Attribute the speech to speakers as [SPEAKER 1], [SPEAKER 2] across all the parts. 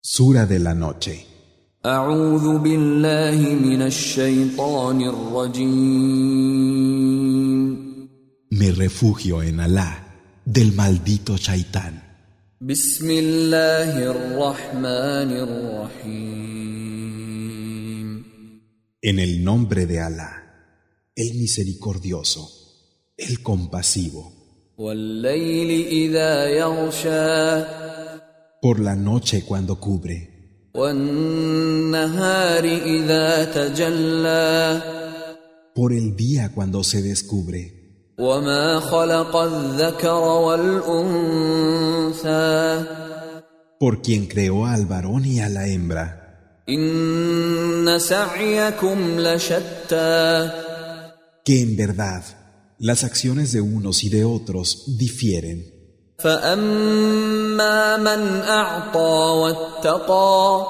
[SPEAKER 1] Sura de la noche.
[SPEAKER 2] أعوذ بالله من الشيطان الرجيم
[SPEAKER 1] Me refugio en Alá del maldito Shaitán.
[SPEAKER 2] بسم الله الرحمن الرحيم
[SPEAKER 1] En el nombre de Alá, el misericordioso, el compasivo.
[SPEAKER 2] والليل إذا يغشى
[SPEAKER 1] Por la noche cuando cubre,
[SPEAKER 2] والنهار إذا تجلى
[SPEAKER 1] por el día cuando se descubre.
[SPEAKER 2] وما خلق الذكر والأنثى
[SPEAKER 1] Por quien creó al varón y a la hembra.
[SPEAKER 2] إن سعيكم لشتى
[SPEAKER 1] Que en verdad, las acciones de unos y de otros difieren.
[SPEAKER 2] فأما من أعطى واتقى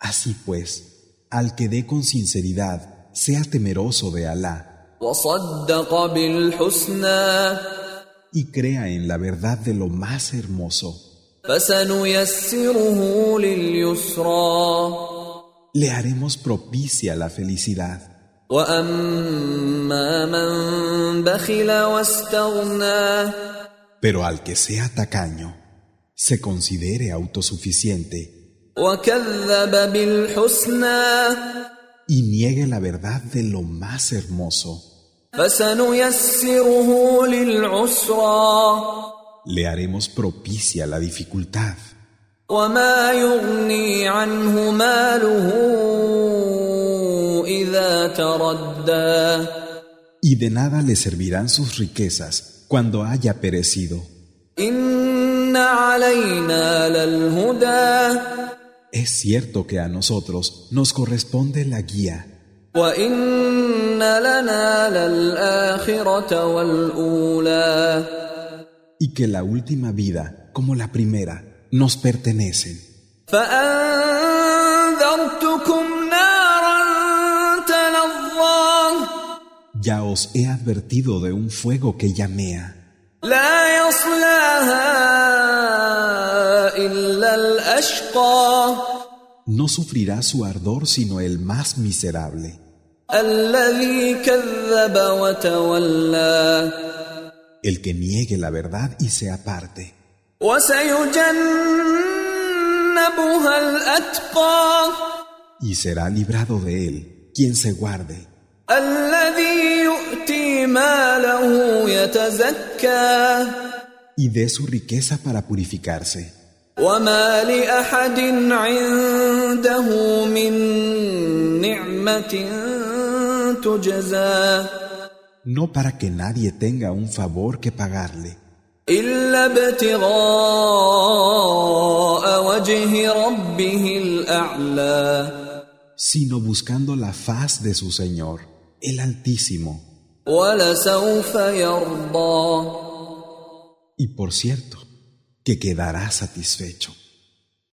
[SPEAKER 1] Así pues, al que dé con sinceridad, sea temeroso de Alá
[SPEAKER 2] وصدق بالحسنى
[SPEAKER 1] y crea en la verdad de lo más hermoso,
[SPEAKER 2] فسنيسره لليسرى
[SPEAKER 1] le haremos propicia la felicidad.
[SPEAKER 2] وأما من بخل واستغنى
[SPEAKER 1] Pero al que sea tacaño, se considere autosuficiente
[SPEAKER 2] وكذب بالحسنى
[SPEAKER 1] y niegue la verdad de lo más hermoso,
[SPEAKER 2] فسنيسره للعسرى
[SPEAKER 1] le haremos propicia la dificultad.
[SPEAKER 2] وما يغني عنه ماله إذا تردى
[SPEAKER 1] Y de nada le servirán sus riquezas cuando haya perecido.
[SPEAKER 2] إن علينا للهدى
[SPEAKER 1] Es cierto que a nosotros nos corresponde la guía
[SPEAKER 2] وإن لنا للآخرة والأولى
[SPEAKER 1] y que la última vida, como la primera, nos pertenecen.
[SPEAKER 2] فأنذرتكم نارا تلظى
[SPEAKER 1] Ya os he advertido de un fuego que llamea,
[SPEAKER 2] لا يصلاها إلا الأشقى
[SPEAKER 1] no sufrirá su ardor sino el más miserable,
[SPEAKER 2] الذي كذب وتولى
[SPEAKER 1] el que niegue la verdad y se aparte,
[SPEAKER 2] وسيجنبها الأتقى
[SPEAKER 1] y será librado de él quien se guarde,
[SPEAKER 2] الذي يؤتي ماله يتزكى
[SPEAKER 1] y dé su riqueza para purificarse.
[SPEAKER 2] وما لأحد عنده من نعمة تجزى
[SPEAKER 1] No para que nadie tenga un favor que pagarle,
[SPEAKER 2] إلا ابتغاء وجه ربه الأعلى
[SPEAKER 1] sino buscando la faz de su Señor, el Altísimo.
[SPEAKER 2] ولسوف يرضى
[SPEAKER 1] Y por cierto, que quedará satisfecho.